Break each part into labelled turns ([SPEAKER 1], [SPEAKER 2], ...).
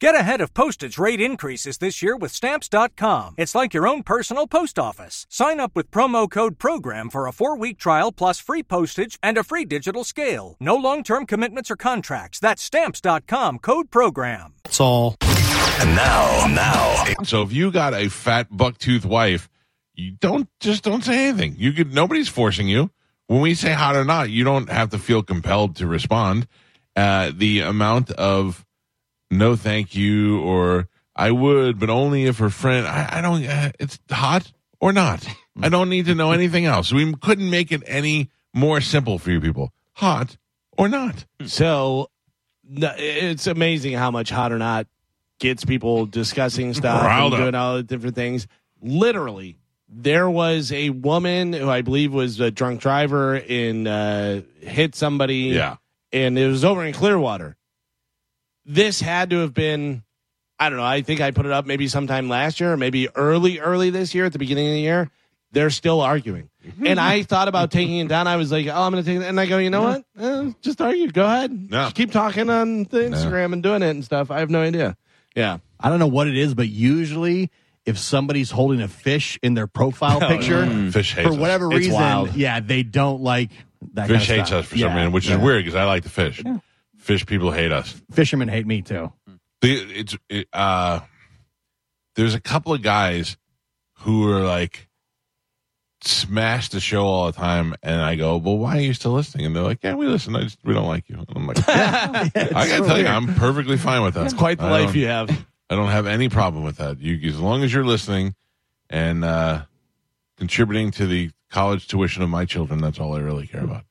[SPEAKER 1] Get ahead of postage rate increases this year with Stamps.com. It's like your own personal post office. Sign up with promo code PROGRAM for a four week trial plus free postage and a free digital scale. No long term commitments or contracts. That's Stamps.com code PROGRAM.
[SPEAKER 2] That's all.
[SPEAKER 3] And now, now,
[SPEAKER 4] So if you got a fat bucktooth wife, you don't just don't say anything. You could nobody's forcing you. When we say hot or not, you don't have to feel compelled to respond. Uh, the amount of no thank you or I would, but only if her friend. I, I don't. Uh, it's hot or not. I don't need to know anything else. We couldn't make it any more simple for you people. Hot or not.
[SPEAKER 5] So no, it's amazing how much hot or not gets people discussing stuff and
[SPEAKER 4] Riled up.
[SPEAKER 5] doing all the different things. Literally, there was a woman who I believe was a drunk driver and uh, hit somebody.
[SPEAKER 4] Yeah.
[SPEAKER 5] And it was over in Clearwater. This had to have been, I don't know, I think I put it up maybe sometime last year, or maybe early, early this year at the beginning of the year. They're still arguing. and I thought about taking it down. I was like, oh, I'm going to take it. And I go, you know what? Eh, just argue. Go ahead.
[SPEAKER 4] Yeah.
[SPEAKER 5] Just keep talking on the Instagram and doing it and stuff. I have no idea. Yeah.
[SPEAKER 2] I don't know what it is, but usually if somebody's holding a fish in their profile picture,
[SPEAKER 4] Fish Oh, Mm. hates
[SPEAKER 2] Mm. for
[SPEAKER 4] us.
[SPEAKER 2] whatever
[SPEAKER 5] It's
[SPEAKER 2] reason,
[SPEAKER 5] wild.
[SPEAKER 2] yeah, they don't like that.
[SPEAKER 4] Fish
[SPEAKER 2] kind of
[SPEAKER 4] hates
[SPEAKER 2] stuff.
[SPEAKER 4] us for
[SPEAKER 2] Yeah,
[SPEAKER 4] some reason, which
[SPEAKER 2] yeah.
[SPEAKER 4] is weird because I like the fish. Fish people hate us.
[SPEAKER 2] Fishermen hate me too.
[SPEAKER 4] The, it's it, uh, there's a couple of guys who are like smash the show all the time, and I go, "Well, why are you still listening?" And they're like, "Yeah, we listen. I just we don't like you." And I'm like, "I gotta tell you, I'm perfectly fine with that.
[SPEAKER 5] It's quite the
[SPEAKER 4] I
[SPEAKER 5] life
[SPEAKER 4] don't-
[SPEAKER 5] you have.
[SPEAKER 4] I don't have any problem with that. You, as long as you're listening and uh, contributing to the college tuition of my children, that's all I really care about.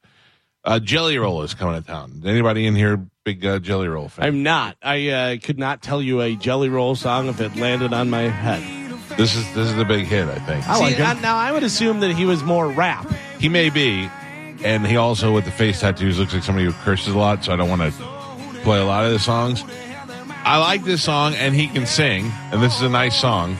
[SPEAKER 4] Uh, jelly roll is coming to town. Anybody in here big uh, jelly roll fan?
[SPEAKER 5] I'm not. I uh, could not tell you a Jelly Roll song if it landed on my head.
[SPEAKER 4] this is this is the big hit, I think.
[SPEAKER 2] I like
[SPEAKER 5] See, I,
[SPEAKER 2] him.
[SPEAKER 5] now I would assume that he was more rap.
[SPEAKER 4] He may be, and he also with the face tattoos looks like somebody who curses a lot. So I don't want to play a lot of the songs. I like this song, and he can sing, and this is a nice song.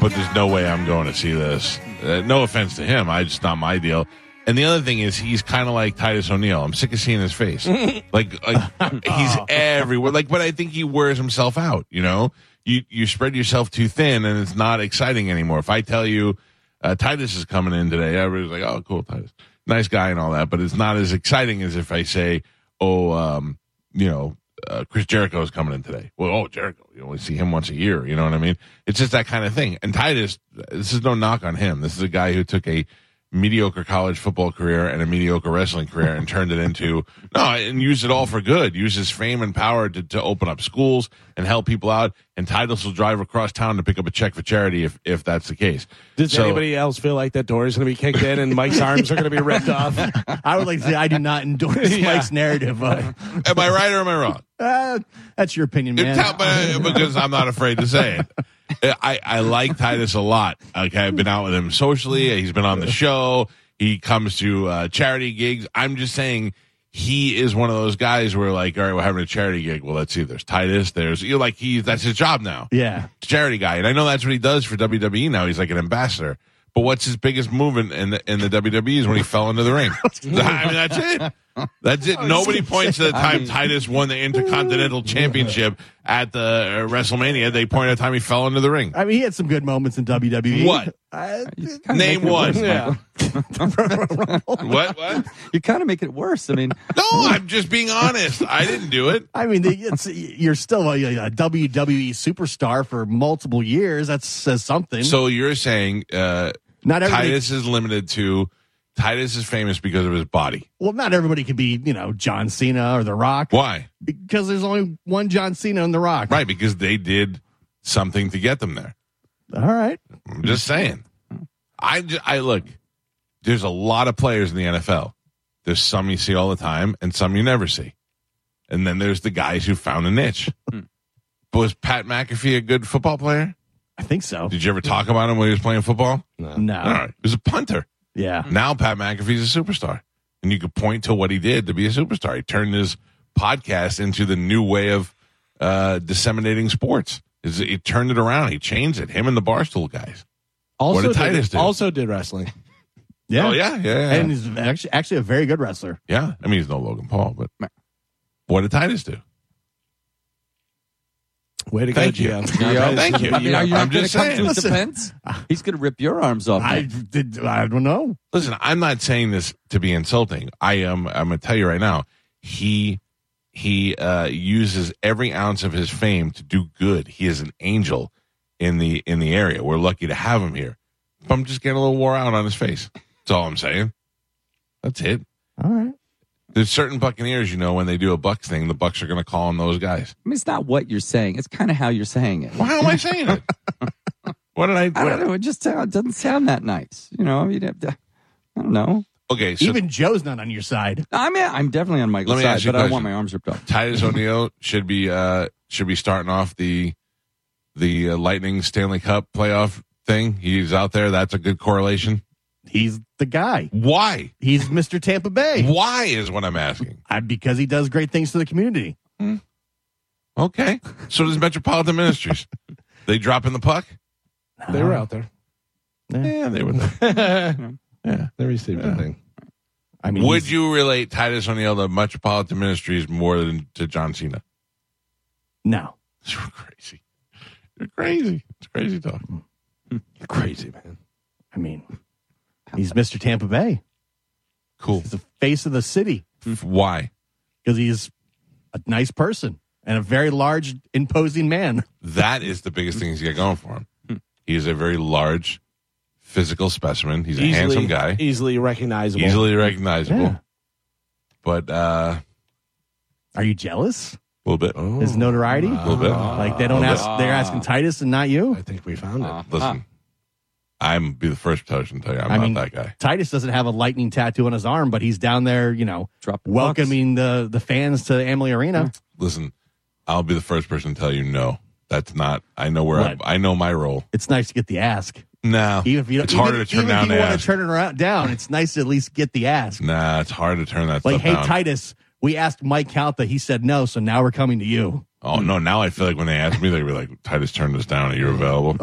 [SPEAKER 4] But there's no way I'm going to see this. Uh, no offense to him, I just not my deal. And the other thing is, he's kind of like Titus O'Neill. I'm sick of seeing his face. like, like he's everywhere. Like, but I think he wears himself out. You know, you you spread yourself too thin, and it's not exciting anymore. If I tell you uh, Titus is coming in today, everybody's like, "Oh, cool, Titus, nice guy, and all that." But it's not as exciting as if I say, "Oh, um, you know, uh, Chris Jericho is coming in today. Well, oh, Jericho, you only see him once a year. You know what I mean? It's just that kind of thing. And Titus, this is no knock on him. This is a guy who took a mediocre college football career and a mediocre wrestling career and turned it into no and used it all for good used his fame and power to, to open up schools and help people out and titus will drive across town to pick up a check for charity if if that's the case
[SPEAKER 5] Does
[SPEAKER 4] So-
[SPEAKER 5] anybody else feel like that door is going to be kicked in and Mike's arms are going to be ripped off?
[SPEAKER 2] I would like to say I do not endorse
[SPEAKER 5] Yeah.
[SPEAKER 2] Mike's narrative. Of,
[SPEAKER 4] am i right or am i wrong
[SPEAKER 2] uh, that's your opinion, man.
[SPEAKER 4] It's how- but- because I'm not afraid to say it. I, I like Titus a lot. Okay, I've been out with him socially. He's been on the show. He comes to uh, charity gigs. I'm just saying he is one of those guys where like, all right, we're having a charity gig. Well, let's see. There's Titus. There's you're like he. That's his job now.
[SPEAKER 2] yeah,
[SPEAKER 4] Charity guy, and I know that's what he does for WWE now. He's like an ambassador. But what's his biggest move in, in, the, in the WWE is when he fell into the ring. I mean, that's it. That's it. Nobody points to the time Titus won the Intercontinental Championship at the uh, WrestleMania. They point at the time he fell into the ring.
[SPEAKER 2] I mean, he had some good moments in WWE.
[SPEAKER 4] What?
[SPEAKER 2] I,
[SPEAKER 4] Name one.
[SPEAKER 5] yeah.
[SPEAKER 4] What? What?
[SPEAKER 6] You kind of make it worse. I mean,
[SPEAKER 4] No, I'm just being honest. I didn't do it.
[SPEAKER 2] I mean, the- it's, you're still a, a WWE superstar for multiple years. That says something.
[SPEAKER 4] So you're saying uh,
[SPEAKER 2] not everybody.
[SPEAKER 4] Titus is limited to Titus is famous because of his body.
[SPEAKER 2] Well, not everybody can be, you know, John Cena or The Rock.
[SPEAKER 4] Why?
[SPEAKER 2] Because there's only one John Cena and The Rock.
[SPEAKER 4] Right, because they did something to get them there.
[SPEAKER 2] All right.
[SPEAKER 4] I'm just saying. I, ju- I look, there's a lot of players in the NFL. There's some you see all the time and some you never see. And then there's the guys who found a niche. Was Pat McAfee a good football player?
[SPEAKER 2] I think so.
[SPEAKER 4] Did you ever talk about him when he was playing football?
[SPEAKER 2] No.
[SPEAKER 4] All right. He was a punter.
[SPEAKER 2] Yeah.
[SPEAKER 4] Now Pat McAfee's a superstar. And you could point to what he did to be a superstar. He turned his podcast into the new way of uh, disseminating sports. Is- He turned it around. He changed it. Him and the Barstool guys.
[SPEAKER 5] Also
[SPEAKER 4] did Titus do?
[SPEAKER 5] Also did wrestling.
[SPEAKER 2] Yeah.
[SPEAKER 4] Oh, yeah. Yeah. yeah.
[SPEAKER 2] And he's actually, actually a very good wrestler.
[SPEAKER 4] Yeah, I mean he's no Logan Paul, but what did Titus do?
[SPEAKER 7] Way to
[SPEAKER 5] Thank
[SPEAKER 7] go,
[SPEAKER 5] you.
[SPEAKER 7] GM.
[SPEAKER 4] Yeah, thank you.
[SPEAKER 6] I mean, are you
[SPEAKER 4] I'm
[SPEAKER 6] not going to
[SPEAKER 4] just
[SPEAKER 6] come to
[SPEAKER 4] saying.
[SPEAKER 6] his
[SPEAKER 2] Listen.
[SPEAKER 6] defense? He's going to rip your arms off.
[SPEAKER 2] I
[SPEAKER 6] man.
[SPEAKER 2] did. I don't know.
[SPEAKER 4] Listen, I'm not saying this to be insulting. I am. I'm gonna tell you right now. He he uh, uses every ounce of his fame to do good. He is an angel in the in the area. We're lucky to have him here. But I'm just getting a little wore out on his face. That's all I'm saying. That's it.
[SPEAKER 2] All right.
[SPEAKER 4] There's certain Buccaneers, you know, when they do a Bucks thing, the Bucks are gonna call on those guys.
[SPEAKER 6] I mean, it's not what you're saying. It's kind of how you're saying it.
[SPEAKER 4] Well, how am I saying it? What did I?
[SPEAKER 6] I don't know. It just sound, it doesn't sound that nice. You know, I mean, it- uh, I don't know.
[SPEAKER 4] Okay, so
[SPEAKER 2] Even Joe's not on your side.
[SPEAKER 6] I mean, I'm definitely on
[SPEAKER 4] Let
[SPEAKER 6] Michael's
[SPEAKER 4] me
[SPEAKER 6] side,
[SPEAKER 4] ask you a
[SPEAKER 6] but I don't want
[SPEAKER 4] question.
[SPEAKER 6] my arms ripped off.
[SPEAKER 4] Titus O'Neal should be uh should be starting off the the uh, Lightning Stanley Cup playoff thing. He's out there. That's a good correlation.
[SPEAKER 2] He's the guy.
[SPEAKER 4] Why?
[SPEAKER 2] He's Mr. Tampa Bay.
[SPEAKER 4] Why is what I'm asking.
[SPEAKER 2] I, because he does great things to the community.
[SPEAKER 4] Okay. So does Metropolitan Ministries. They dropping the puck?
[SPEAKER 7] They were out there.
[SPEAKER 4] Yeah, they were. There.
[SPEAKER 7] They received the thing.
[SPEAKER 2] I mean,
[SPEAKER 4] Would
[SPEAKER 2] he's-
[SPEAKER 4] you relate Titus O'Neal to Metropolitan Ministries more than to John Cena?
[SPEAKER 2] No.
[SPEAKER 4] You're crazy. You're crazy. It's crazy talk.
[SPEAKER 7] You're crazy, man.
[SPEAKER 2] I mean, he's Mr. Tampa Bay.
[SPEAKER 4] Cool.
[SPEAKER 2] He's the face of the city
[SPEAKER 4] Why?
[SPEAKER 2] because he's a nice person and a very large, imposing man.
[SPEAKER 4] That is the biggest thing he's got going for him. He is a very large physical specimen. He's a handsome guy,
[SPEAKER 5] Easily recognizable.
[SPEAKER 4] easily recognizable.
[SPEAKER 2] Yeah.
[SPEAKER 4] But uh,
[SPEAKER 2] Are you jealous?
[SPEAKER 4] a little bit.
[SPEAKER 2] His notoriety?
[SPEAKER 4] A little bit.
[SPEAKER 2] Like they don't
[SPEAKER 4] Ah.
[SPEAKER 2] ask, they're asking Titus and not you.
[SPEAKER 7] I think we found
[SPEAKER 6] Uh-huh.
[SPEAKER 7] it.
[SPEAKER 4] Listen, I'm be the first person to tell you I'm
[SPEAKER 2] Uh-huh. I
[SPEAKER 4] not
[SPEAKER 2] mean-
[SPEAKER 4] that guy.
[SPEAKER 2] Titus doesn't have a lightning tattoo on his arm, but he's down there, you know,
[SPEAKER 6] Drop the
[SPEAKER 2] welcoming the, the fans to Amalie
[SPEAKER 4] Hmm.
[SPEAKER 2] Arena.
[SPEAKER 4] Listen, I'll be the first person to tell you no. That's not. I know where I,
[SPEAKER 2] What?
[SPEAKER 4] I know my role.
[SPEAKER 2] It's nice to get the ask.
[SPEAKER 4] No,
[SPEAKER 2] Even if you don't,
[SPEAKER 4] it's
[SPEAKER 2] even,
[SPEAKER 4] harder to turn
[SPEAKER 2] even
[SPEAKER 4] down.
[SPEAKER 2] if you
[SPEAKER 4] the
[SPEAKER 2] want
[SPEAKER 4] ask.
[SPEAKER 2] to turn it around, down, it's nice to at least get the ask.
[SPEAKER 4] nah, it's hard to turn that
[SPEAKER 2] Like,
[SPEAKER 4] stuff
[SPEAKER 2] hey,
[SPEAKER 4] down.
[SPEAKER 2] Titus, we asked Mike Calta. He said no, so now we're coming to you.
[SPEAKER 4] Oh no! Now I feel like when they ask me, they'd be like, "Titus turned us down. Are you available?"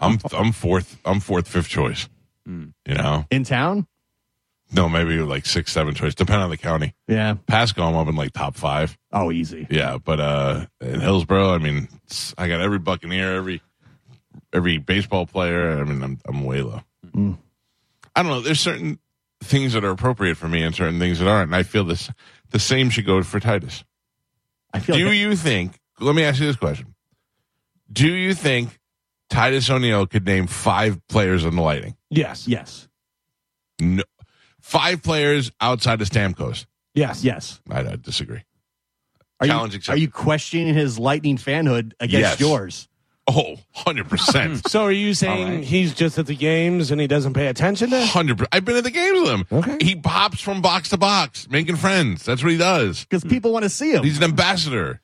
[SPEAKER 4] I'm I'm fourth. I'm fourth, fifth choice. You know,
[SPEAKER 2] In town?
[SPEAKER 4] no, maybe like six, seven choice, depending on the county.
[SPEAKER 2] Yeah.
[SPEAKER 4] Pasco, I'm up in like top five.
[SPEAKER 2] Oh, easy.
[SPEAKER 4] Yeah, but uh in Hillsboro, I mean, it's- I got every Buccaneer, every every baseball player. I mean, I'm I'm way low. I don't know. There's certain things that are appropriate for me and certain things that aren't, and I feel this the same should go for Titus.
[SPEAKER 2] I feel
[SPEAKER 4] Do
[SPEAKER 2] like
[SPEAKER 4] you think? Let me ask you this question: Do you think Titus O'Neal could name five players in the Lightning?
[SPEAKER 5] Yes.
[SPEAKER 2] yes,
[SPEAKER 4] No, five players outside of Stamkos.
[SPEAKER 5] Yes.
[SPEAKER 2] yes.
[SPEAKER 4] I, I disagree.
[SPEAKER 2] Are
[SPEAKER 4] Challenge
[SPEAKER 2] you, are
[SPEAKER 4] accepted.
[SPEAKER 2] you questioning his lightning fanhood
[SPEAKER 4] Yes.
[SPEAKER 2] against yours?
[SPEAKER 4] Oh, 100 percent,
[SPEAKER 5] So are you saying
[SPEAKER 6] right.
[SPEAKER 5] he's just at the games and he doesn't pay attention to?
[SPEAKER 4] hundred. I've been at the games with him. He pops from box to box, making friends. That's what he does.
[SPEAKER 2] Because people want to see him.
[SPEAKER 4] He's an ambassador.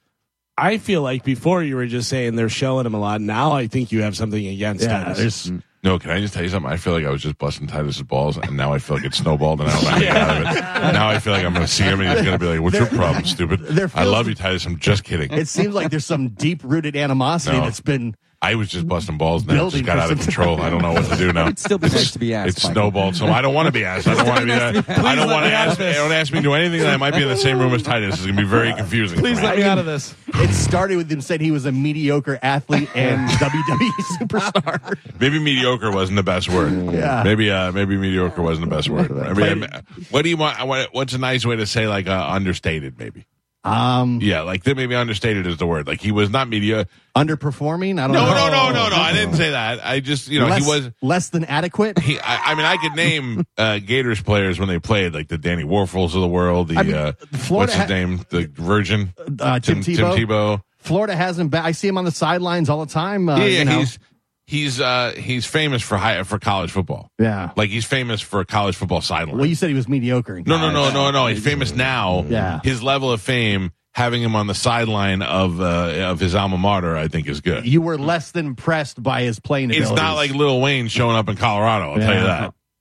[SPEAKER 5] I feel like before you were just saying they're showing him a lot. Now I think you have something against
[SPEAKER 2] yeah,
[SPEAKER 5] Titus.
[SPEAKER 2] there's
[SPEAKER 4] No, can I just tell you something? I feel like I was just busting Titus's balls, and now I feel like it snowballed, and I don't know how to get out of it. Now I feel like I'm going to see him, and he's going to be like, "What's your problem,
[SPEAKER 2] there
[SPEAKER 4] stupid?" I love
[SPEAKER 2] feels-
[SPEAKER 4] you, Titus. I'm just kidding.
[SPEAKER 2] it seems like there's some deep rooted animosity
[SPEAKER 4] No.
[SPEAKER 2] that's been
[SPEAKER 4] I was just busting balls now. It
[SPEAKER 2] Building
[SPEAKER 4] just got
[SPEAKER 2] for
[SPEAKER 4] out of
[SPEAKER 2] some
[SPEAKER 4] control. I don't know what to do now.
[SPEAKER 6] It'd still be nice to be asked.
[SPEAKER 4] It's
[SPEAKER 6] Michael.
[SPEAKER 4] snowballed, so I don't want to be asked. I don't want to be that. I don't want to ask. Don't ask me to do anything that I might be in the same room as Titus. It's going to be very confusing.
[SPEAKER 5] Please
[SPEAKER 4] for me.
[SPEAKER 5] let me out of this.
[SPEAKER 2] it started with him saying he was a mediocre athlete and WWE superstar.
[SPEAKER 4] Maybe mediocre wasn't the best word.
[SPEAKER 2] Yeah.
[SPEAKER 4] Maybe uh, maybe mediocre wasn't the best word. I mean, I- what do you want? I want- What's a nice way to say like uh, understated? Maybe.
[SPEAKER 2] Um,
[SPEAKER 4] Yeah, like then maybe understated is the word. Like he was not mediocre.
[SPEAKER 2] underperforming. I don't
[SPEAKER 4] No,
[SPEAKER 2] know.
[SPEAKER 4] no, no, no, no. I didn't say that. I just you know
[SPEAKER 2] less,
[SPEAKER 4] he was.
[SPEAKER 2] less than adequate.
[SPEAKER 4] He, I, I mean, I could name uh, Gators players when they played, like the Danny Warfels of the world, the
[SPEAKER 2] mean,
[SPEAKER 4] uh,
[SPEAKER 2] Florida
[SPEAKER 4] what's his
[SPEAKER 2] ha-
[SPEAKER 4] name, the Virgin,
[SPEAKER 2] Uh, Tim, Tebow.
[SPEAKER 4] Tim Tebow.
[SPEAKER 2] Florida has him back. I see him on the sidelines all the time. Uh,
[SPEAKER 4] yeah,
[SPEAKER 2] you
[SPEAKER 4] yeah,
[SPEAKER 2] know.
[SPEAKER 4] he's he's uh, he's famous for high for college football.
[SPEAKER 2] yeah.
[SPEAKER 4] Like he's famous for college football sideline.
[SPEAKER 2] Well, you said he was mediocre. in
[SPEAKER 4] No, no, no,
[SPEAKER 2] college.
[SPEAKER 4] no, no. He's famous now.
[SPEAKER 2] Yeah.
[SPEAKER 4] His level of fame, having him on the sideline of uh, of his alma mater, I think is good.
[SPEAKER 2] You were less than impressed by his playing
[SPEAKER 4] It's
[SPEAKER 2] abilities.
[SPEAKER 4] not like Lil Wayne showing up in Colorado. I'll tell you
[SPEAKER 2] Yeah.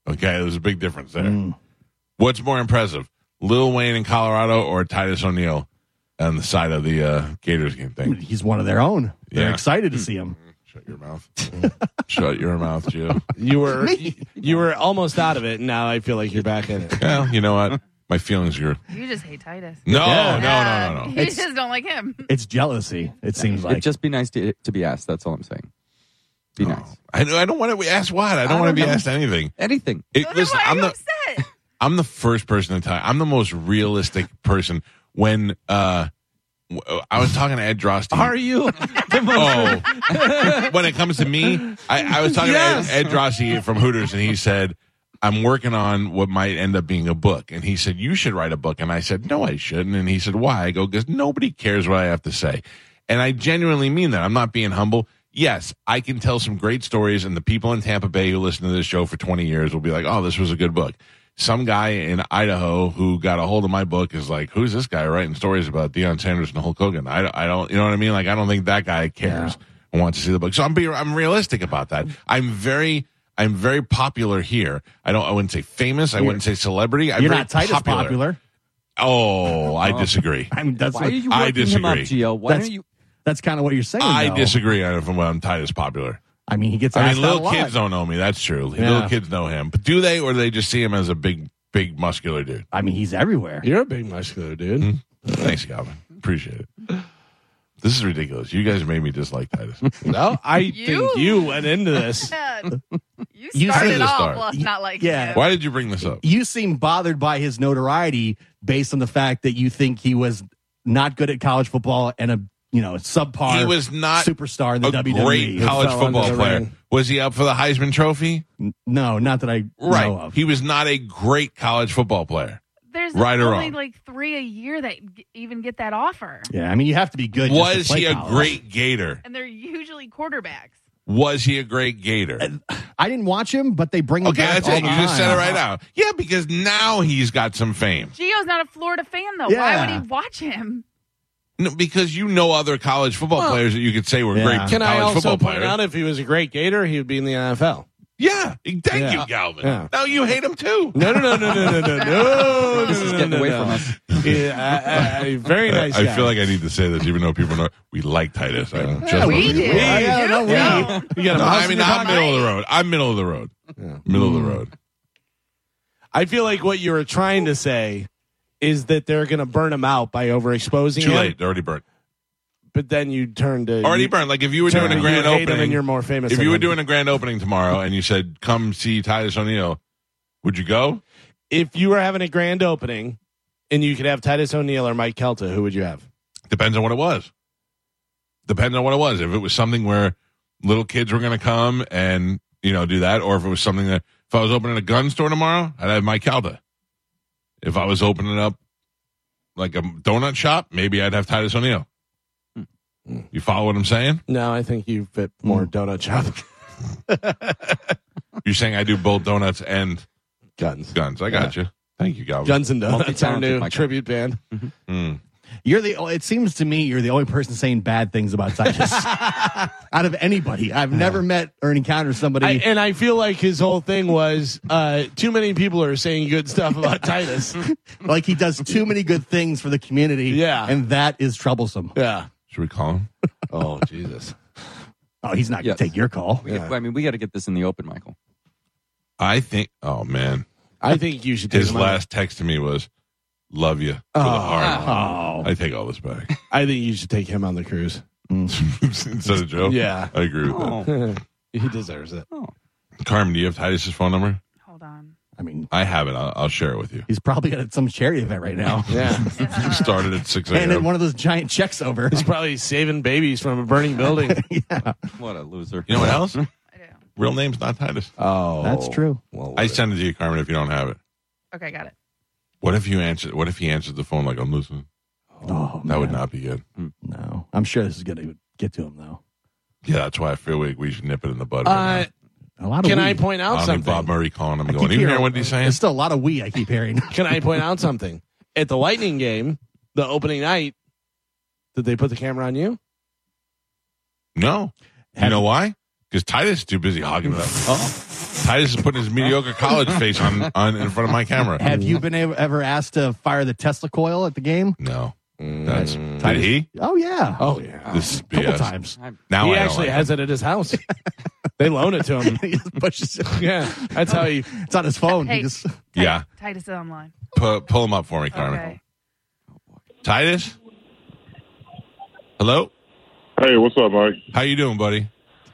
[SPEAKER 4] that. Okay, there's a big difference there.
[SPEAKER 2] Mm.
[SPEAKER 4] What's more impressive, Lil Wayne in Colorado or Titus O'Neal on the side of the uh, Gators game thing?
[SPEAKER 2] he's one of their own. They're
[SPEAKER 4] Yeah. Hmm.
[SPEAKER 2] excited to see him.
[SPEAKER 4] Shut your mouth. Shut your mouth, Joe.
[SPEAKER 5] You were you were almost out of it, and now I feel like you're back in it.
[SPEAKER 4] Well, you know what? My feelings are.
[SPEAKER 8] You just hate Titus.
[SPEAKER 4] No,
[SPEAKER 2] Yeah.
[SPEAKER 4] no, no, no,
[SPEAKER 8] You
[SPEAKER 4] no.
[SPEAKER 8] just don't like him.
[SPEAKER 2] It's jealousy. It seems
[SPEAKER 6] It'd
[SPEAKER 2] like
[SPEAKER 6] just be nice to, to be asked. That's all I'm saying.
[SPEAKER 4] Oh.
[SPEAKER 6] Be nice.
[SPEAKER 4] I, I don't want to ask what. I don't
[SPEAKER 6] I
[SPEAKER 4] want to
[SPEAKER 6] don't
[SPEAKER 4] be
[SPEAKER 6] know.
[SPEAKER 4] asked anything.
[SPEAKER 6] Anything.
[SPEAKER 4] It-
[SPEAKER 8] So then
[SPEAKER 4] listen,
[SPEAKER 8] why are
[SPEAKER 4] I'm
[SPEAKER 8] you
[SPEAKER 4] the
[SPEAKER 8] upset?
[SPEAKER 4] I'm the first person to tell. I'm the most realistic person. When uh, w- I was talking to Ed Drosty.
[SPEAKER 7] Are you?
[SPEAKER 4] oh, when it comes to me, I, I was talking
[SPEAKER 7] Yes.
[SPEAKER 4] to Ed, Ed Drossi from Hooters, and he said, "I'm working on what might end up being a book." And he said, "You should write a book." And I said, "No, I shouldn't." And he said, "Why?" I go, "Because nobody cares what I have to say," and I genuinely mean that. I'm not being humble. Yes, I can tell some great stories, and the people in Tampa Bay who listen to this show for 20 years will be like, "Oh, this was a good book." Some guy in Idaho who got a hold of my book is like, "Who's this guy writing stories about Deion Sanders and Hulk Hogan?" I, don't- I don't, you know what I mean? Like, I don't think that guy cares and wants to see the book. So I'm being I'm realistic about that. I'm very I'm very popular here. I don't I wouldn't say famous. I wouldn't say celebrity. I'm
[SPEAKER 2] you're
[SPEAKER 4] very
[SPEAKER 2] not Titus popular.
[SPEAKER 4] Oh, I disagree.
[SPEAKER 2] I mean, that's
[SPEAKER 6] Why
[SPEAKER 2] what-
[SPEAKER 6] are you
[SPEAKER 4] I
[SPEAKER 6] working him up,
[SPEAKER 4] disagree.
[SPEAKER 6] Gio? Why
[SPEAKER 2] That's-
[SPEAKER 6] don't you?
[SPEAKER 2] that's kind of what you're saying.
[SPEAKER 4] I
[SPEAKER 2] though.
[SPEAKER 4] disagree on if I'm, I'm Titus popular.
[SPEAKER 2] I mean, he gets
[SPEAKER 4] I
[SPEAKER 2] asked
[SPEAKER 4] mean,
[SPEAKER 2] that a
[SPEAKER 4] little
[SPEAKER 2] lot.
[SPEAKER 4] kids don't know me. That's true. Little kids know him, but do they, or do they just see him as a big, big muscular dude?
[SPEAKER 2] I mean, he's everywhere.
[SPEAKER 7] You're a big muscular dude.
[SPEAKER 4] Thanks, Calvin. Appreciate it. This is ridiculous. You guys made me dislike Titus.
[SPEAKER 7] No, I think
[SPEAKER 8] You-
[SPEAKER 7] you went into this.
[SPEAKER 8] you
[SPEAKER 2] You
[SPEAKER 4] said
[SPEAKER 8] started
[SPEAKER 4] the
[SPEAKER 8] off
[SPEAKER 4] start.
[SPEAKER 8] well, not like
[SPEAKER 2] Yeah.
[SPEAKER 8] him.
[SPEAKER 4] Why did you bring this up?
[SPEAKER 2] You seem bothered by his notoriety based on the fact that you think he was not good at college football and a you know subpar.
[SPEAKER 4] He was not
[SPEAKER 2] superstar in the E.
[SPEAKER 4] a
[SPEAKER 2] WWE.
[SPEAKER 4] great college
[SPEAKER 7] fell under
[SPEAKER 4] football
[SPEAKER 7] the
[SPEAKER 4] player.
[SPEAKER 7] ring.
[SPEAKER 4] Was he up for the Heisman Trophy?
[SPEAKER 2] no, not that I
[SPEAKER 4] Right.
[SPEAKER 2] know of.
[SPEAKER 4] He was not a great college football player.
[SPEAKER 8] There's
[SPEAKER 4] Right or
[SPEAKER 8] only
[SPEAKER 4] wrong?
[SPEAKER 8] like three a year that g- even get that offer,
[SPEAKER 2] yeah, I mean, you have to be good. just to
[SPEAKER 4] was
[SPEAKER 2] play
[SPEAKER 4] he a
[SPEAKER 2] college.
[SPEAKER 4] great gator?
[SPEAKER 8] and they're usually quarterbacks.
[SPEAKER 4] Was he a great gator?
[SPEAKER 2] I didn't watch him, but they bring him
[SPEAKER 4] Okay,
[SPEAKER 2] back
[SPEAKER 4] that's
[SPEAKER 2] all
[SPEAKER 4] it.
[SPEAKER 2] the
[SPEAKER 4] You just
[SPEAKER 2] time.
[SPEAKER 4] said it right out. Yeah, because now he's got some fame.
[SPEAKER 8] Gio's not a Florida fan though. Why
[SPEAKER 2] Yeah.
[SPEAKER 8] would he watch him?
[SPEAKER 4] No, because you know other college football players that you could say were
[SPEAKER 2] Yeah.
[SPEAKER 4] great
[SPEAKER 5] Can
[SPEAKER 4] college
[SPEAKER 5] I also
[SPEAKER 4] football
[SPEAKER 5] point
[SPEAKER 4] players.
[SPEAKER 5] out if he was a great Gator, he would be in the NFL.
[SPEAKER 4] yeah, thank
[SPEAKER 5] Yeah.
[SPEAKER 4] you, Galvin.
[SPEAKER 5] Yeah.
[SPEAKER 4] Now you hate him too.
[SPEAKER 5] No, no, no, no, no, no, no, no.
[SPEAKER 6] This is
[SPEAKER 5] no,
[SPEAKER 6] getting
[SPEAKER 5] no,
[SPEAKER 6] away
[SPEAKER 5] no.
[SPEAKER 6] from us.
[SPEAKER 5] Yeah, I- I- I- very nice.
[SPEAKER 4] Uh, I
[SPEAKER 5] guy.
[SPEAKER 4] feel like I need to say this, even though people know we like Titus. I'm just
[SPEAKER 8] we
[SPEAKER 4] looking
[SPEAKER 8] do.
[SPEAKER 4] for-
[SPEAKER 2] Yeah, yeah,
[SPEAKER 8] You
[SPEAKER 2] no, we-
[SPEAKER 8] don't.
[SPEAKER 5] you got a
[SPEAKER 4] No,
[SPEAKER 5] mouse
[SPEAKER 4] I
[SPEAKER 5] in
[SPEAKER 4] mean,
[SPEAKER 5] your
[SPEAKER 4] I'm
[SPEAKER 5] pocket.
[SPEAKER 4] middle of the road. I'm middle of the road. Middle of the road.
[SPEAKER 5] I feel like what you were trying to say is that they're going to burn him out by overexposing
[SPEAKER 4] Too
[SPEAKER 5] him.
[SPEAKER 4] late. Already burnt.
[SPEAKER 5] But then you turn to
[SPEAKER 4] Already
[SPEAKER 5] you,
[SPEAKER 4] burnt. Like if you were
[SPEAKER 5] turn
[SPEAKER 4] doing a
[SPEAKER 5] to
[SPEAKER 4] grand
[SPEAKER 5] you hate him
[SPEAKER 4] opening,
[SPEAKER 5] and you're more famous.
[SPEAKER 4] if
[SPEAKER 5] than
[SPEAKER 4] you were
[SPEAKER 5] him.
[SPEAKER 4] doing a grand opening tomorrow and you said, "Come see Titus O'Neill," would you go?
[SPEAKER 5] if you were having a grand opening and you could have Titus O'Neil or Mike Kelta, who would you have?
[SPEAKER 4] Depends on what it was. Depends on what it was. If it was something where little kids were going to come and you know do that, or if it was something that if I was opening a gun store tomorrow, I'd have my Calda. If I was opening up like a donut shop, maybe I'd have Titus O'Neill. You follow what I'm saying?
[SPEAKER 5] No, I think you fit more donut shop
[SPEAKER 4] You're saying I do both donuts and
[SPEAKER 5] guns.
[SPEAKER 4] guns. I got you. Thank you, Galvin.
[SPEAKER 5] Guns and donuts. Our
[SPEAKER 6] Multi-talented
[SPEAKER 5] new
[SPEAKER 6] Mike Kelta.
[SPEAKER 5] tribute band.
[SPEAKER 4] Mm.
[SPEAKER 2] You're the. It seems to me you're the only person saying bad things about Titus out of anybody. I've never met or encountered somebody.
[SPEAKER 5] I, and I feel like his whole thing was uh, too many people are saying good stuff about Titus.
[SPEAKER 2] like he does too many good things for the community.
[SPEAKER 5] Yeah.
[SPEAKER 2] And that is troublesome.
[SPEAKER 5] Yeah.
[SPEAKER 4] Should we call him?
[SPEAKER 7] Oh, Jesus.
[SPEAKER 2] Oh, he's not
[SPEAKER 6] Yes.
[SPEAKER 2] gonna take your call.
[SPEAKER 6] We get- I mean, we got to get this in the open, Michael.
[SPEAKER 4] I think. Oh man,
[SPEAKER 5] I think you should take
[SPEAKER 4] his
[SPEAKER 5] him out.
[SPEAKER 4] last text to me was, "Love you with a heart."
[SPEAKER 2] Oh.
[SPEAKER 4] I take all this back.
[SPEAKER 5] I think you should take him on the cruise.
[SPEAKER 4] Instead of Joe.
[SPEAKER 5] Yeah.
[SPEAKER 4] I agree with
[SPEAKER 6] Oh,
[SPEAKER 5] He deserves it.
[SPEAKER 4] that. Carmen, do you have Titus's phone number?
[SPEAKER 8] Hold on.
[SPEAKER 2] I mean,
[SPEAKER 4] I have it. I'll, I'll share it with you.
[SPEAKER 2] he's probably at some charity event right now.
[SPEAKER 5] Yeah.
[SPEAKER 4] Started at six
[SPEAKER 2] And then
[SPEAKER 4] a.m.
[SPEAKER 2] one of those giant checks over.
[SPEAKER 5] He's probably saving babies from a burning building.
[SPEAKER 6] Oh, what a loser.
[SPEAKER 4] You know what else?
[SPEAKER 8] I do.
[SPEAKER 4] Real name's not Titus.
[SPEAKER 7] Oh.
[SPEAKER 2] That's true.
[SPEAKER 7] Well,
[SPEAKER 4] I send it to you, Carmen. If you don't have it,
[SPEAKER 8] Okay, got it.
[SPEAKER 4] what if you answer? What if he answers the phone like I'm listening?
[SPEAKER 2] Oh,
[SPEAKER 4] That would not be good.
[SPEAKER 2] No. I'm sure this is going to get to him, though.
[SPEAKER 4] Yeah, that's why I feel like we should nip it in the bud. Right
[SPEAKER 5] Uh,
[SPEAKER 2] A lot of
[SPEAKER 5] can
[SPEAKER 2] we.
[SPEAKER 5] I point
[SPEAKER 4] now.
[SPEAKER 5] out
[SPEAKER 4] I don't need
[SPEAKER 5] something?
[SPEAKER 4] Bob Murray calling him.
[SPEAKER 2] I keep
[SPEAKER 4] Going, you hear what he's saying?
[SPEAKER 2] There's still a lot of we I keep hearing.
[SPEAKER 5] Can I point out something? At the Lightning game, the opening night, did they put the camera on you?
[SPEAKER 4] No. You know why? Because Titus is too busy hogging it up. Titus is putting his mediocre college face on, on in front of my camera.
[SPEAKER 2] Have you been ever, ever asked to fire the Tesla coil at the game?
[SPEAKER 4] No. Mm. That's, did he?
[SPEAKER 2] Oh, yeah.
[SPEAKER 5] Oh yeah.
[SPEAKER 4] This is
[SPEAKER 2] a couple
[SPEAKER 4] BS.
[SPEAKER 2] times.
[SPEAKER 4] Now
[SPEAKER 5] he
[SPEAKER 4] I don't
[SPEAKER 5] actually
[SPEAKER 4] like
[SPEAKER 5] has it at his house. they loan it to him.
[SPEAKER 2] he just pushes it.
[SPEAKER 5] Yeah, that's how he.
[SPEAKER 2] It's on his phone.
[SPEAKER 8] Hey.
[SPEAKER 2] He just,
[SPEAKER 8] Tit-
[SPEAKER 4] Yeah.
[SPEAKER 8] Titus is online.
[SPEAKER 4] Pu- pull him up for me, Carmen.
[SPEAKER 8] Okay.
[SPEAKER 4] Titus. Hello.
[SPEAKER 9] Hey, what's up, Mike?
[SPEAKER 4] How you doing, buddy?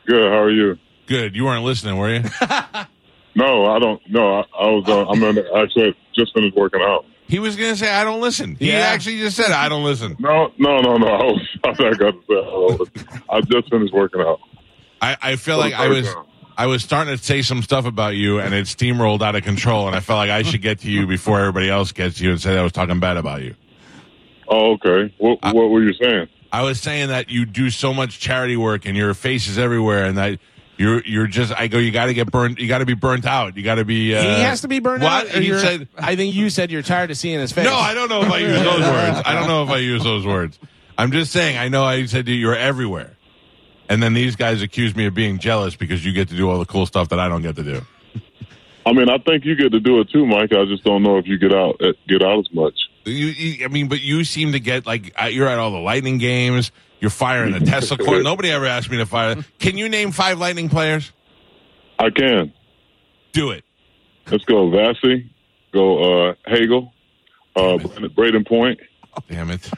[SPEAKER 9] Good. How are you?
[SPEAKER 4] Good. You weren't listening, were you?
[SPEAKER 9] No, I don't. No, I, I was. Uh, I'm in, actually just finished working out.
[SPEAKER 4] he was gonna say I don't listen. He
[SPEAKER 5] Yeah.
[SPEAKER 4] actually just said I don't listen.
[SPEAKER 9] No, no, no, no. I was. I got to say, I was- I just finished working out.
[SPEAKER 4] I, I feel like I was I was starting to say some stuff about you, and it steamrolled out of control, and I felt like I should get to you before everybody else gets to you and say I was talking bad about you.
[SPEAKER 9] Oh, okay. What What were you saying?
[SPEAKER 4] I was saying that you do so much charity work and your face is everywhere and that you're you're just I go you got to get burnt you got to be burnt out you got to be uh,
[SPEAKER 5] he has to be burned
[SPEAKER 4] what?
[SPEAKER 5] out. or
[SPEAKER 4] He
[SPEAKER 5] you're-
[SPEAKER 4] said-
[SPEAKER 5] I think you said you're tired of seeing his face.
[SPEAKER 4] No, I don't know if I use those words. I don't know if I use those words. I'm just saying I know I said that you're everywhere. And then these guys accuse me of being jealous because you get to do all the cool stuff that I don't get to do.
[SPEAKER 9] I mean, I think you get to do it too, Mike. I just don't know if you get out eh, get out as much.
[SPEAKER 4] You, you I mean, but you seem to get like uh, you're at all the lightning games. You're firing the Tesla court. Nobody ever asked me to fire. Can you name five lightning players?
[SPEAKER 9] I can.
[SPEAKER 4] Do it.
[SPEAKER 9] Let's go, Vassy. Go, uh, Hagel. Uh, Braden- Braden Point.
[SPEAKER 4] Damn it.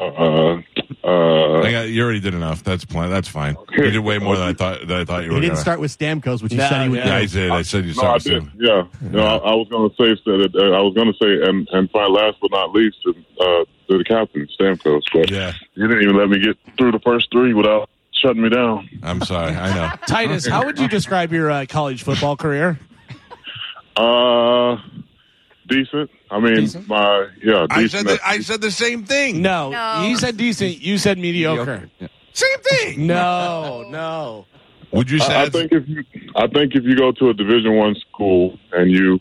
[SPEAKER 9] Uh, uh,
[SPEAKER 4] I got, you already did enough. That's pl- That's fine. You did way more than I thought. Than I thought you
[SPEAKER 2] He
[SPEAKER 4] were.
[SPEAKER 2] didn't
[SPEAKER 4] gonna.
[SPEAKER 2] start with Stamkos, which he
[SPEAKER 5] No,
[SPEAKER 2] said he would
[SPEAKER 4] Yeah,
[SPEAKER 5] yeah.
[SPEAKER 4] I
[SPEAKER 2] do.
[SPEAKER 4] did. I said you
[SPEAKER 9] No, I
[SPEAKER 4] started.
[SPEAKER 9] did. Yeah, no, I, I was going to say that. Uh, I was going to say, and and finally, last but not least, and, uh, to the captain, Stamkos. But
[SPEAKER 4] Yeah,
[SPEAKER 9] you didn't even let me get through the first three without shutting me down.
[SPEAKER 4] I'm sorry. I know.
[SPEAKER 5] Titus, how would you describe your uh, college football career?
[SPEAKER 9] Uh, decent. I mean, my yeah, decent.
[SPEAKER 4] I said. The, I said the same thing.
[SPEAKER 5] No,
[SPEAKER 8] No.
[SPEAKER 5] he said decent. You said mediocre.
[SPEAKER 6] Yeah.
[SPEAKER 4] Same thing.
[SPEAKER 5] No, no.
[SPEAKER 4] Would you say?
[SPEAKER 9] I, I
[SPEAKER 4] that's-
[SPEAKER 9] think if you, I think if you go to a Division One school and you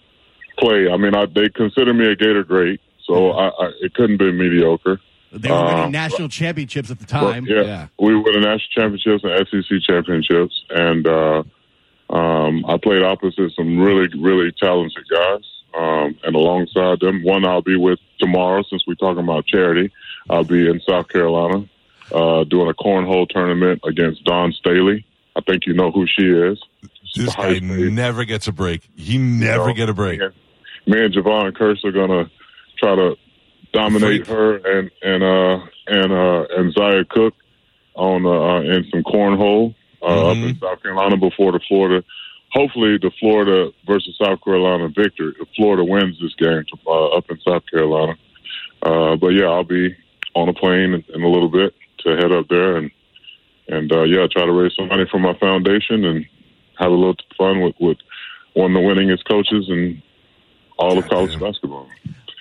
[SPEAKER 9] play, I mean, I, they consider me a Gator great, so
[SPEAKER 4] Mm-hmm.
[SPEAKER 9] I, I it couldn't be mediocre.
[SPEAKER 2] They were winning
[SPEAKER 9] Um,
[SPEAKER 2] national championships at the
[SPEAKER 9] But,
[SPEAKER 2] time.
[SPEAKER 9] yeah, we won the national championships and SEC championships, and uh, um, I played opposite some really, really talented guys. Um, and alongside them, one I'll be with tomorrow, since we're talking about charity. I'll be in South Carolina uh, doing a cornhole tournament against Dawn Staley. I think you know who she is.
[SPEAKER 4] this guy never gets a break. He never
[SPEAKER 9] No.
[SPEAKER 4] get a break.
[SPEAKER 9] Yeah. Me and Javon Curse are gonna try to dominate
[SPEAKER 4] Freak.
[SPEAKER 9] her and and uh and uh and Zaya Cook on uh in some cornhole uh, up in South Carolina before the Florida. Hopefully, the Florida versus South Carolina victory. If Florida wins this game uh, up in South Carolina, uh, but yeah, I'll be on a plane in, in a little bit to head up there and and uh, yeah, try to raise some money for my foundation and have a little fun with, with one of the winningest coaches and all of college
[SPEAKER 4] Goddamn.
[SPEAKER 9] basketball.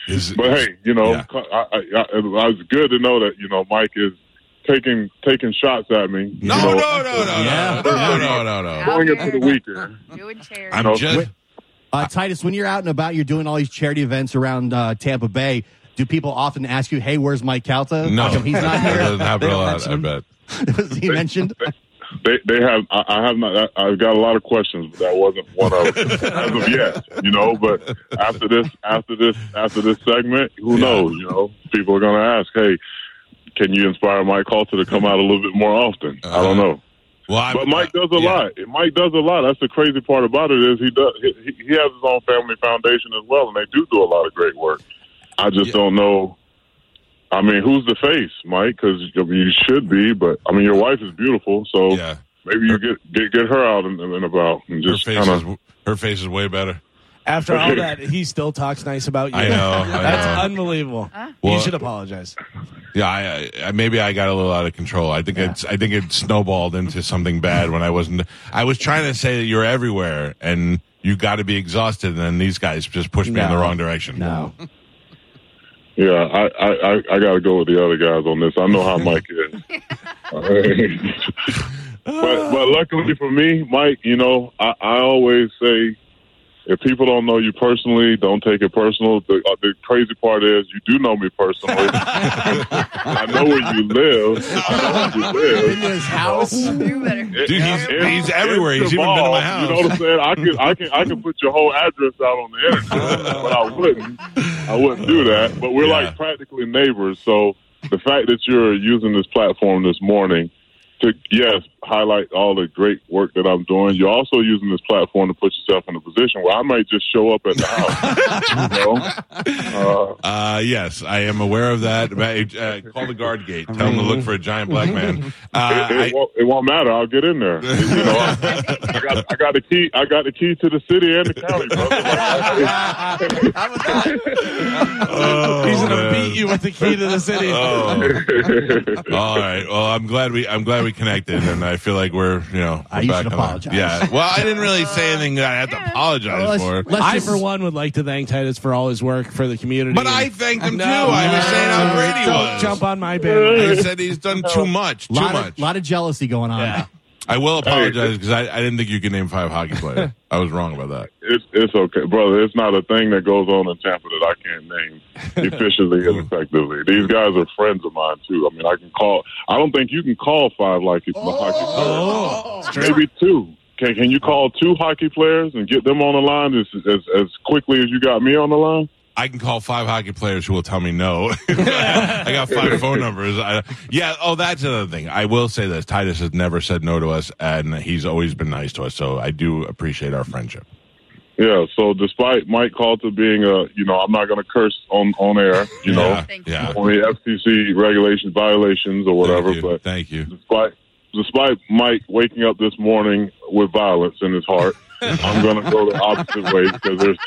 [SPEAKER 4] Is-
[SPEAKER 9] But hey, you know,
[SPEAKER 4] Yeah.
[SPEAKER 9] I, I, I, I was good to know that you know Mike is taking taking shots at me.
[SPEAKER 4] no,
[SPEAKER 9] you
[SPEAKER 4] no,
[SPEAKER 9] know,
[SPEAKER 4] no, no, no,
[SPEAKER 2] Yeah.
[SPEAKER 4] no, no, no, no.
[SPEAKER 9] Going into the weekend,
[SPEAKER 8] Doing chairs.
[SPEAKER 4] I'm
[SPEAKER 9] No.
[SPEAKER 4] just.
[SPEAKER 2] Wait. Uh, Titus, when you're out and about, you're doing all these charity events around uh, Tampa Bay. Do people often ask you, "Hey, where's Mike Calta?
[SPEAKER 4] No,
[SPEAKER 2] How come he's not
[SPEAKER 4] That
[SPEAKER 2] here."
[SPEAKER 4] doesn't happen
[SPEAKER 2] They
[SPEAKER 4] a
[SPEAKER 2] don't
[SPEAKER 4] lot. I
[SPEAKER 2] mention
[SPEAKER 4] bet.
[SPEAKER 2] him. Was he mentioned?
[SPEAKER 9] they they have I, I have not I, I've got a lot of questions, but that wasn't one of them as of yet. You know, but after this after this after this segment, who knows? You know, people are gonna ask, hey. Can you inspire Mike Halter to come out a little bit more often? I don't know.
[SPEAKER 4] Well, Uh, I, uh,
[SPEAKER 9] But Mike does a
[SPEAKER 4] yeah.
[SPEAKER 9] lot. Mike does a lot. That's the crazy part about it is he does he, he has his own family foundation as well, and they do do a lot of great work. I just
[SPEAKER 4] Yeah.
[SPEAKER 9] don't know. I mean, who's the face, Mike? Because I mean, you should be, but I mean, your wife is beautiful, so
[SPEAKER 4] Yeah,
[SPEAKER 9] maybe you get get, get her out and, and about and
[SPEAKER 4] her
[SPEAKER 9] just
[SPEAKER 4] face
[SPEAKER 9] kind
[SPEAKER 4] is
[SPEAKER 9] of.
[SPEAKER 4] her face is way better.
[SPEAKER 5] After all that, he still talks nice about you.
[SPEAKER 4] I know. I
[SPEAKER 5] That's
[SPEAKER 4] know.
[SPEAKER 5] unbelievable.
[SPEAKER 4] Well,
[SPEAKER 5] you should apologize.
[SPEAKER 4] Yeah, I, I, maybe I got a little out of control. I think it's I think it snowballed into something bad when I wasn't. I was trying to say that you're everywhere and you got to be exhausted, and then these guys just pushed me in the
[SPEAKER 5] No.
[SPEAKER 4] wrong direction.
[SPEAKER 5] No.
[SPEAKER 9] Yeah, I I, I, I got to go with the other guys on this. I know how Mike is. but but luckily for me, Mike, you know, I, I always say if people don't know you personally, don't take it personal. The, uh, the crazy part is you do know me personally. I know where you live. I know where you live.
[SPEAKER 2] Into his house.
[SPEAKER 8] You better.
[SPEAKER 9] It-
[SPEAKER 4] Dude, he's-
[SPEAKER 9] it's-
[SPEAKER 4] he's everywhere. He's
[SPEAKER 9] it's
[SPEAKER 4] even been to my
[SPEAKER 9] You know what I'm saying? I can, I can, I can put your whole address out on the internet, but I wouldn't. I wouldn't do that. But we're
[SPEAKER 4] Uh, Yeah.
[SPEAKER 9] like practically neighbors. So the fact that you're using this platform this morning to, yes, highlight all the great work that I'm doing. You're also using this platform to put yourself in a position where I might just show up at the house. you know? Uh,
[SPEAKER 4] Uh, yes, I am aware of that. But, uh, call the guard gate. Tell them to look for a giant black man. Uh,
[SPEAKER 9] it, it
[SPEAKER 4] I,
[SPEAKER 9] won't, it won't matter. I'll get in there. You know, I, I got, I got the key. I got the key to the city and the county, brother.
[SPEAKER 4] oh,
[SPEAKER 5] He's gonna
[SPEAKER 4] man.
[SPEAKER 5] beat you with the key to the city.
[SPEAKER 4] Oh. All right. Well, I'm glad we I'm glad we connected, and I feel like we're you know
[SPEAKER 2] Ah,
[SPEAKER 4] we're
[SPEAKER 2] you
[SPEAKER 4] back
[SPEAKER 2] should
[SPEAKER 4] on our-
[SPEAKER 2] apologize.
[SPEAKER 4] Yeah. Well, I didn't really say anything that I have to
[SPEAKER 8] Yeah.
[SPEAKER 4] apologize for.
[SPEAKER 2] let's, let's
[SPEAKER 5] I,
[SPEAKER 2] just-
[SPEAKER 5] for one, would like to thank Titus for all his work for the community.
[SPEAKER 4] But
[SPEAKER 5] And-
[SPEAKER 4] I thanked him
[SPEAKER 5] No,
[SPEAKER 4] too. I was
[SPEAKER 5] no,
[SPEAKER 4] saying how great he
[SPEAKER 5] don't
[SPEAKER 4] was.
[SPEAKER 5] Jump on my band.
[SPEAKER 4] I said he's done too much. Too
[SPEAKER 2] lot
[SPEAKER 4] much.
[SPEAKER 2] Of, lot of jealousy going on.
[SPEAKER 5] Yeah.
[SPEAKER 4] I will apologize because I, I didn't think you could name five hockey players. I was wrong about that.
[SPEAKER 9] It's it's okay, brother. It's not a thing that goes on in Tampa that I can't name efficiently and effectively. These guys are friends of mine too. I mean, I can call. I don't think you can call five like hockey
[SPEAKER 4] Oh,
[SPEAKER 9] players. Maybe two. Can can you call two hockey players and get them on the line as as, as quickly as you got me on the line?
[SPEAKER 4] I can call five hockey players who will tell me no. I got five phone numbers. I, yeah. Oh, that's another thing. I will say this: Titus has never said no to us, and he's always been nice to us. So I do appreciate our friendship.
[SPEAKER 9] Yeah. So despite Mike Calter being a, you know, I'm not going to curse on on air. You know,
[SPEAKER 4] yeah.
[SPEAKER 8] Thank you.
[SPEAKER 4] yeah.
[SPEAKER 9] on the FCC regulations violations or whatever,
[SPEAKER 4] Thank you.
[SPEAKER 9] but.
[SPEAKER 4] Thank you.
[SPEAKER 9] despite despite Mike waking up this morning with violence in his heart, I'm going to go the opposite way because there's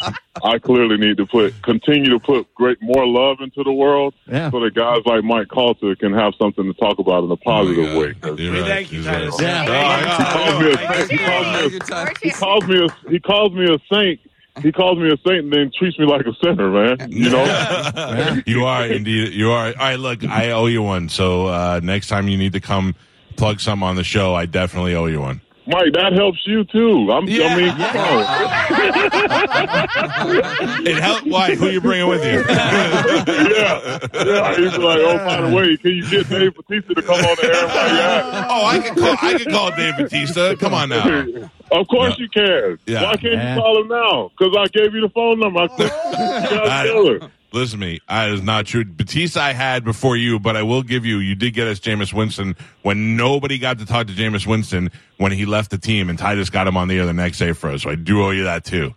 [SPEAKER 9] I clearly need to put continue to put great more love into the world
[SPEAKER 2] Yeah.
[SPEAKER 9] so that guys like Mike Calter can have something to talk about
[SPEAKER 4] Oh,
[SPEAKER 9] in a positive way. 'Cause
[SPEAKER 4] uh, You're
[SPEAKER 5] We
[SPEAKER 4] right.
[SPEAKER 5] thank you,
[SPEAKER 4] He's
[SPEAKER 5] Titus.
[SPEAKER 4] right.
[SPEAKER 2] Yeah.
[SPEAKER 4] Oh,
[SPEAKER 9] He calls me a saint. He calls
[SPEAKER 6] Thank you, Titus.
[SPEAKER 8] We're cheering.
[SPEAKER 9] me a- he calls me a he calls me a saint. He calls me a saint and then treats me like a sinner, man. You know.
[SPEAKER 4] you are indeed. You are. All right, look, I owe you one. So uh, next time you need to come plug some on the show, I definitely owe you one.
[SPEAKER 9] Mike, that helps you too. I'm, I mean, come on.
[SPEAKER 4] It helped. Why? Who you bringing with you?
[SPEAKER 9] yeah. yeah. He's like, oh, by the way, can you get Dave Batista to come on the air while you're at it?
[SPEAKER 4] Oh, I could call. I could call Dave Batista. Come on now.
[SPEAKER 9] Of course you can.
[SPEAKER 4] Yeah.
[SPEAKER 9] Why can't
[SPEAKER 2] Yeah.
[SPEAKER 9] you call him now? Because I gave you the phone number. I said,
[SPEAKER 4] I-
[SPEAKER 9] Scott Taylor.
[SPEAKER 4] listen to me. That is not true. Batista I had before you, but I will give you. You did get us Jameis Winston when nobody got to talk to Jameis Winston when he left the team, and Titus got him on the air the next day for us. So I do owe you that too.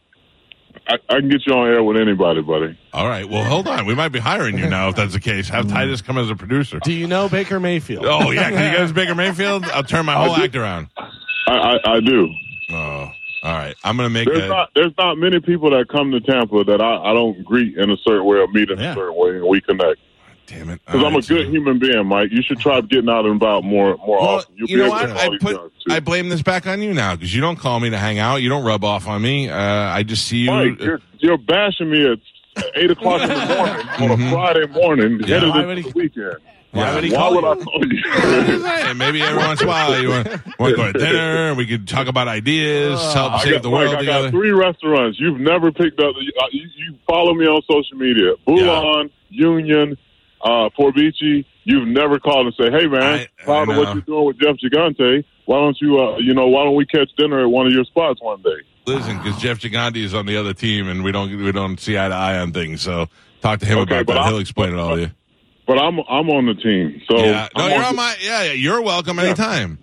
[SPEAKER 9] I, I can get you on air with anybody, buddy.
[SPEAKER 4] All right. Well, hold on. We might be hiring you now if that's the case. Have Titus come as a producer.
[SPEAKER 5] Do you know Baker Mayfield?
[SPEAKER 4] Oh yeah, can you get us Baker Mayfield? I'll turn my whole act around.
[SPEAKER 9] I, I, I do.
[SPEAKER 4] Oh, all right. I'm gonna make
[SPEAKER 9] There's
[SPEAKER 4] a.
[SPEAKER 9] not there's not many people that come to Tampa that I, I don't greet in a certain way or meet in
[SPEAKER 2] Yeah.
[SPEAKER 9] a certain way and we connect.
[SPEAKER 4] Damn it.
[SPEAKER 9] Because
[SPEAKER 4] All
[SPEAKER 9] I'm a
[SPEAKER 4] right,
[SPEAKER 9] good
[SPEAKER 4] so-
[SPEAKER 9] human being, Mike. You should try getting out and about more more
[SPEAKER 4] Well,
[SPEAKER 9] often. You'll
[SPEAKER 4] you
[SPEAKER 9] be
[SPEAKER 4] know
[SPEAKER 9] able to
[SPEAKER 4] what?
[SPEAKER 9] call
[SPEAKER 4] I
[SPEAKER 9] these
[SPEAKER 4] put
[SPEAKER 9] guys, too.
[SPEAKER 4] I blame this back on you now because you don't call me to hang out. You don't rub off on me. Uh, I just see you.
[SPEAKER 9] Mike, you're, you're bashing me at eight o'clock in the morning on a Friday morning,
[SPEAKER 4] Mm-hmm. Yeah.
[SPEAKER 9] headed
[SPEAKER 5] Why
[SPEAKER 9] into
[SPEAKER 5] would he-
[SPEAKER 9] the weekend.
[SPEAKER 4] Yeah.
[SPEAKER 5] would he
[SPEAKER 9] Why
[SPEAKER 5] call
[SPEAKER 9] would
[SPEAKER 5] you?
[SPEAKER 9] I call you?
[SPEAKER 4] Hey, maybe every once in a while you want, want to go to dinner. and We could talk about ideas, help
[SPEAKER 9] Ah, I
[SPEAKER 4] save
[SPEAKER 9] got,
[SPEAKER 4] the world
[SPEAKER 9] Mike, I got
[SPEAKER 4] together.
[SPEAKER 9] three restaurants you've never picked up. You, uh, you, you follow me on social media: Bulan, Union, uh, Porbici. You've never called and said, "Hey, man,
[SPEAKER 4] I-
[SPEAKER 9] proud
[SPEAKER 4] I
[SPEAKER 9] of what
[SPEAKER 4] know.
[SPEAKER 9] you're doing with Jeff Gigante. Why don't you, uh, you know, why don't we catch dinner at one of your spots one day?"
[SPEAKER 4] Listen, because Jeff Gigante is on the other team, and we don't we don't see eye to eye on things. So talk to him
[SPEAKER 9] Okay,
[SPEAKER 4] about
[SPEAKER 9] but
[SPEAKER 4] that.
[SPEAKER 9] I'll-
[SPEAKER 4] He'll explain it all to you.
[SPEAKER 9] But I'm I'm on the team, so
[SPEAKER 4] yeah, no,
[SPEAKER 9] I'm
[SPEAKER 4] you're
[SPEAKER 9] on
[SPEAKER 4] on
[SPEAKER 9] the-
[SPEAKER 4] my yeah. yeah, You're welcome anytime.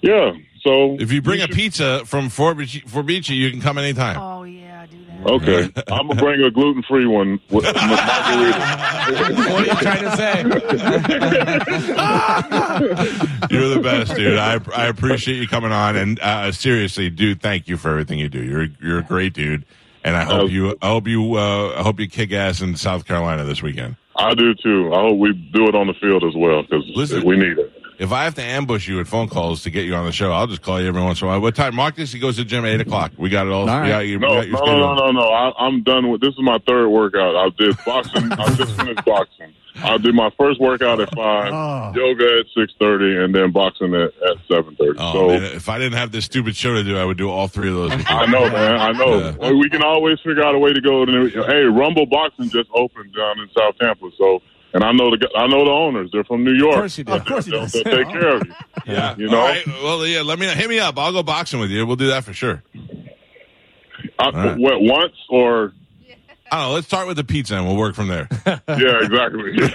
[SPEAKER 9] yeah. So
[SPEAKER 4] If you bring a
[SPEAKER 9] should-
[SPEAKER 4] pizza from Forbici, Forbici, you can come anytime.
[SPEAKER 8] Oh yeah, do that.
[SPEAKER 9] Okay, I'm gonna bring a gluten free one with with margarita.
[SPEAKER 5] What are you trying to say?
[SPEAKER 4] You're the best, dude. I I appreciate you coming on, and uh, seriously, dude, thank you for everything you do. You're you're a great dude, and I
[SPEAKER 9] Oh.
[SPEAKER 4] hope you I hope you uh, I hope you kick ass in South Carolina this weekend.
[SPEAKER 9] I do too. I hope we do it on the field as well because
[SPEAKER 4] Listen.
[SPEAKER 9] we need it.
[SPEAKER 4] If I have to ambush you with phone calls to get you on the show, I'll just call you every once in a while. What time? Mark this. He goes to the gym at eight o'clock. We got it all.
[SPEAKER 2] All
[SPEAKER 4] we got
[SPEAKER 2] right.
[SPEAKER 4] you, we
[SPEAKER 9] No, no,
[SPEAKER 4] got your
[SPEAKER 9] no,
[SPEAKER 4] schedule.
[SPEAKER 9] no, no, no. I, I'm done with this. Is my third workout. I did boxing. I just finished boxing. I did my first workout at five,
[SPEAKER 2] Oh.
[SPEAKER 9] yoga at six thirty, and then boxing at, at seven thirty.
[SPEAKER 4] Oh,
[SPEAKER 9] so
[SPEAKER 4] man, if I didn't have this stupid show to do, I would do all three of those.
[SPEAKER 9] I know, man. I know.
[SPEAKER 4] Yeah.
[SPEAKER 9] Well, We can always figure out a way to go. To, hey, Rumble Boxing just opened down in South Tampa. So, and I know the gu- I know the owners. They're from New York.
[SPEAKER 5] Of course you do.
[SPEAKER 2] Of course he
[SPEAKER 9] They'll,
[SPEAKER 2] does.
[SPEAKER 9] they'll take care of you.
[SPEAKER 4] Yeah,
[SPEAKER 9] You know?
[SPEAKER 4] All right. Well, yeah. Let me hit me up. I'll go boxing with you. We'll do that for sure.
[SPEAKER 9] I,
[SPEAKER 4] right.
[SPEAKER 9] What once or
[SPEAKER 4] I don't know. Let's start with the pizza and we'll work from there.
[SPEAKER 9] yeah, exactly.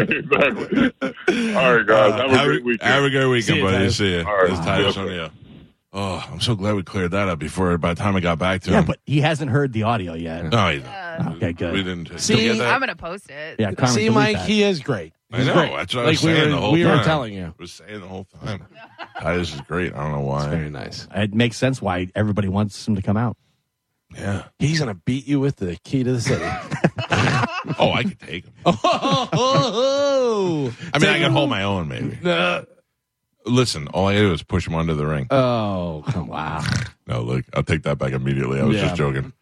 [SPEAKER 9] exactly. All right, guys. Have a
[SPEAKER 4] Uh, have,
[SPEAKER 9] great weekend.
[SPEAKER 4] have a great weekend,
[SPEAKER 5] See you,
[SPEAKER 4] buddy.
[SPEAKER 5] Titus.
[SPEAKER 4] See you.
[SPEAKER 9] All right.
[SPEAKER 4] It's Titus
[SPEAKER 9] Yeah.
[SPEAKER 4] O'Neill. Oh, I'm so glad we cleared that up before by the time I got back to
[SPEAKER 2] Yeah,
[SPEAKER 4] him.
[SPEAKER 2] but he hasn't heard the audio yet.
[SPEAKER 4] no, he's not.
[SPEAKER 8] Uh,
[SPEAKER 2] Okay,
[SPEAKER 4] we
[SPEAKER 2] good.
[SPEAKER 4] didn't.
[SPEAKER 5] See,
[SPEAKER 4] Did we get that?
[SPEAKER 8] I'm gonna post it.
[SPEAKER 2] Yeah, Carmen,
[SPEAKER 5] See,
[SPEAKER 2] delete
[SPEAKER 5] Mike,
[SPEAKER 2] that.
[SPEAKER 5] he is great.
[SPEAKER 4] I know. That's what I
[SPEAKER 5] Like
[SPEAKER 4] was
[SPEAKER 5] we
[SPEAKER 4] saying
[SPEAKER 5] were-
[SPEAKER 4] the whole
[SPEAKER 5] we were
[SPEAKER 4] time.
[SPEAKER 5] telling you.
[SPEAKER 4] I was saying the whole time. Titus is great. I don't know why.
[SPEAKER 5] Very nice.
[SPEAKER 2] It makes sense why everybody wants him to come out.
[SPEAKER 4] Yeah.
[SPEAKER 5] He's gonna beat you with the key to the city.
[SPEAKER 4] Oh, I could take him.
[SPEAKER 5] oh,
[SPEAKER 4] I mean, I could hold my own, maybe. Listen, all I do is push him under the ring.
[SPEAKER 5] oh, come on!
[SPEAKER 4] No, look, I'll take that back immediately. I was
[SPEAKER 5] Yeah.
[SPEAKER 4] just joking.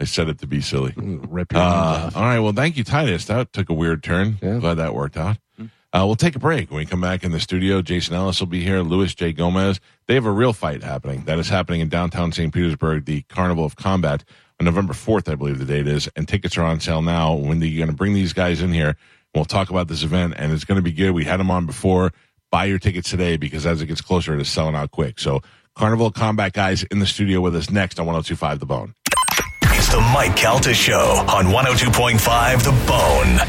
[SPEAKER 4] I said it to be silly.
[SPEAKER 5] Rip your
[SPEAKER 4] Uh, all right. Well, thank you, Titus. That took a weird turn.
[SPEAKER 5] Yeah.
[SPEAKER 4] Glad that worked out. Uh, we'll take a break. When we come back in the studio, Jason Ellis will be here, Louis J. Gomez. They have a real fight happening. That is happening in downtown St. Petersburg, the Carnival of Combat, on November 4th, I believe the date is. And tickets are on sale now. When you're going to bring these guys in here, we'll talk about this event, and it's going to be good. We had them on before. Buy your tickets today because as it gets closer, it is selling out quick. So, Carnival of Combat guys in the studio with us next on 1025 The Bone.
[SPEAKER 3] It's the Mike Calta Show on 102.5 The Bone.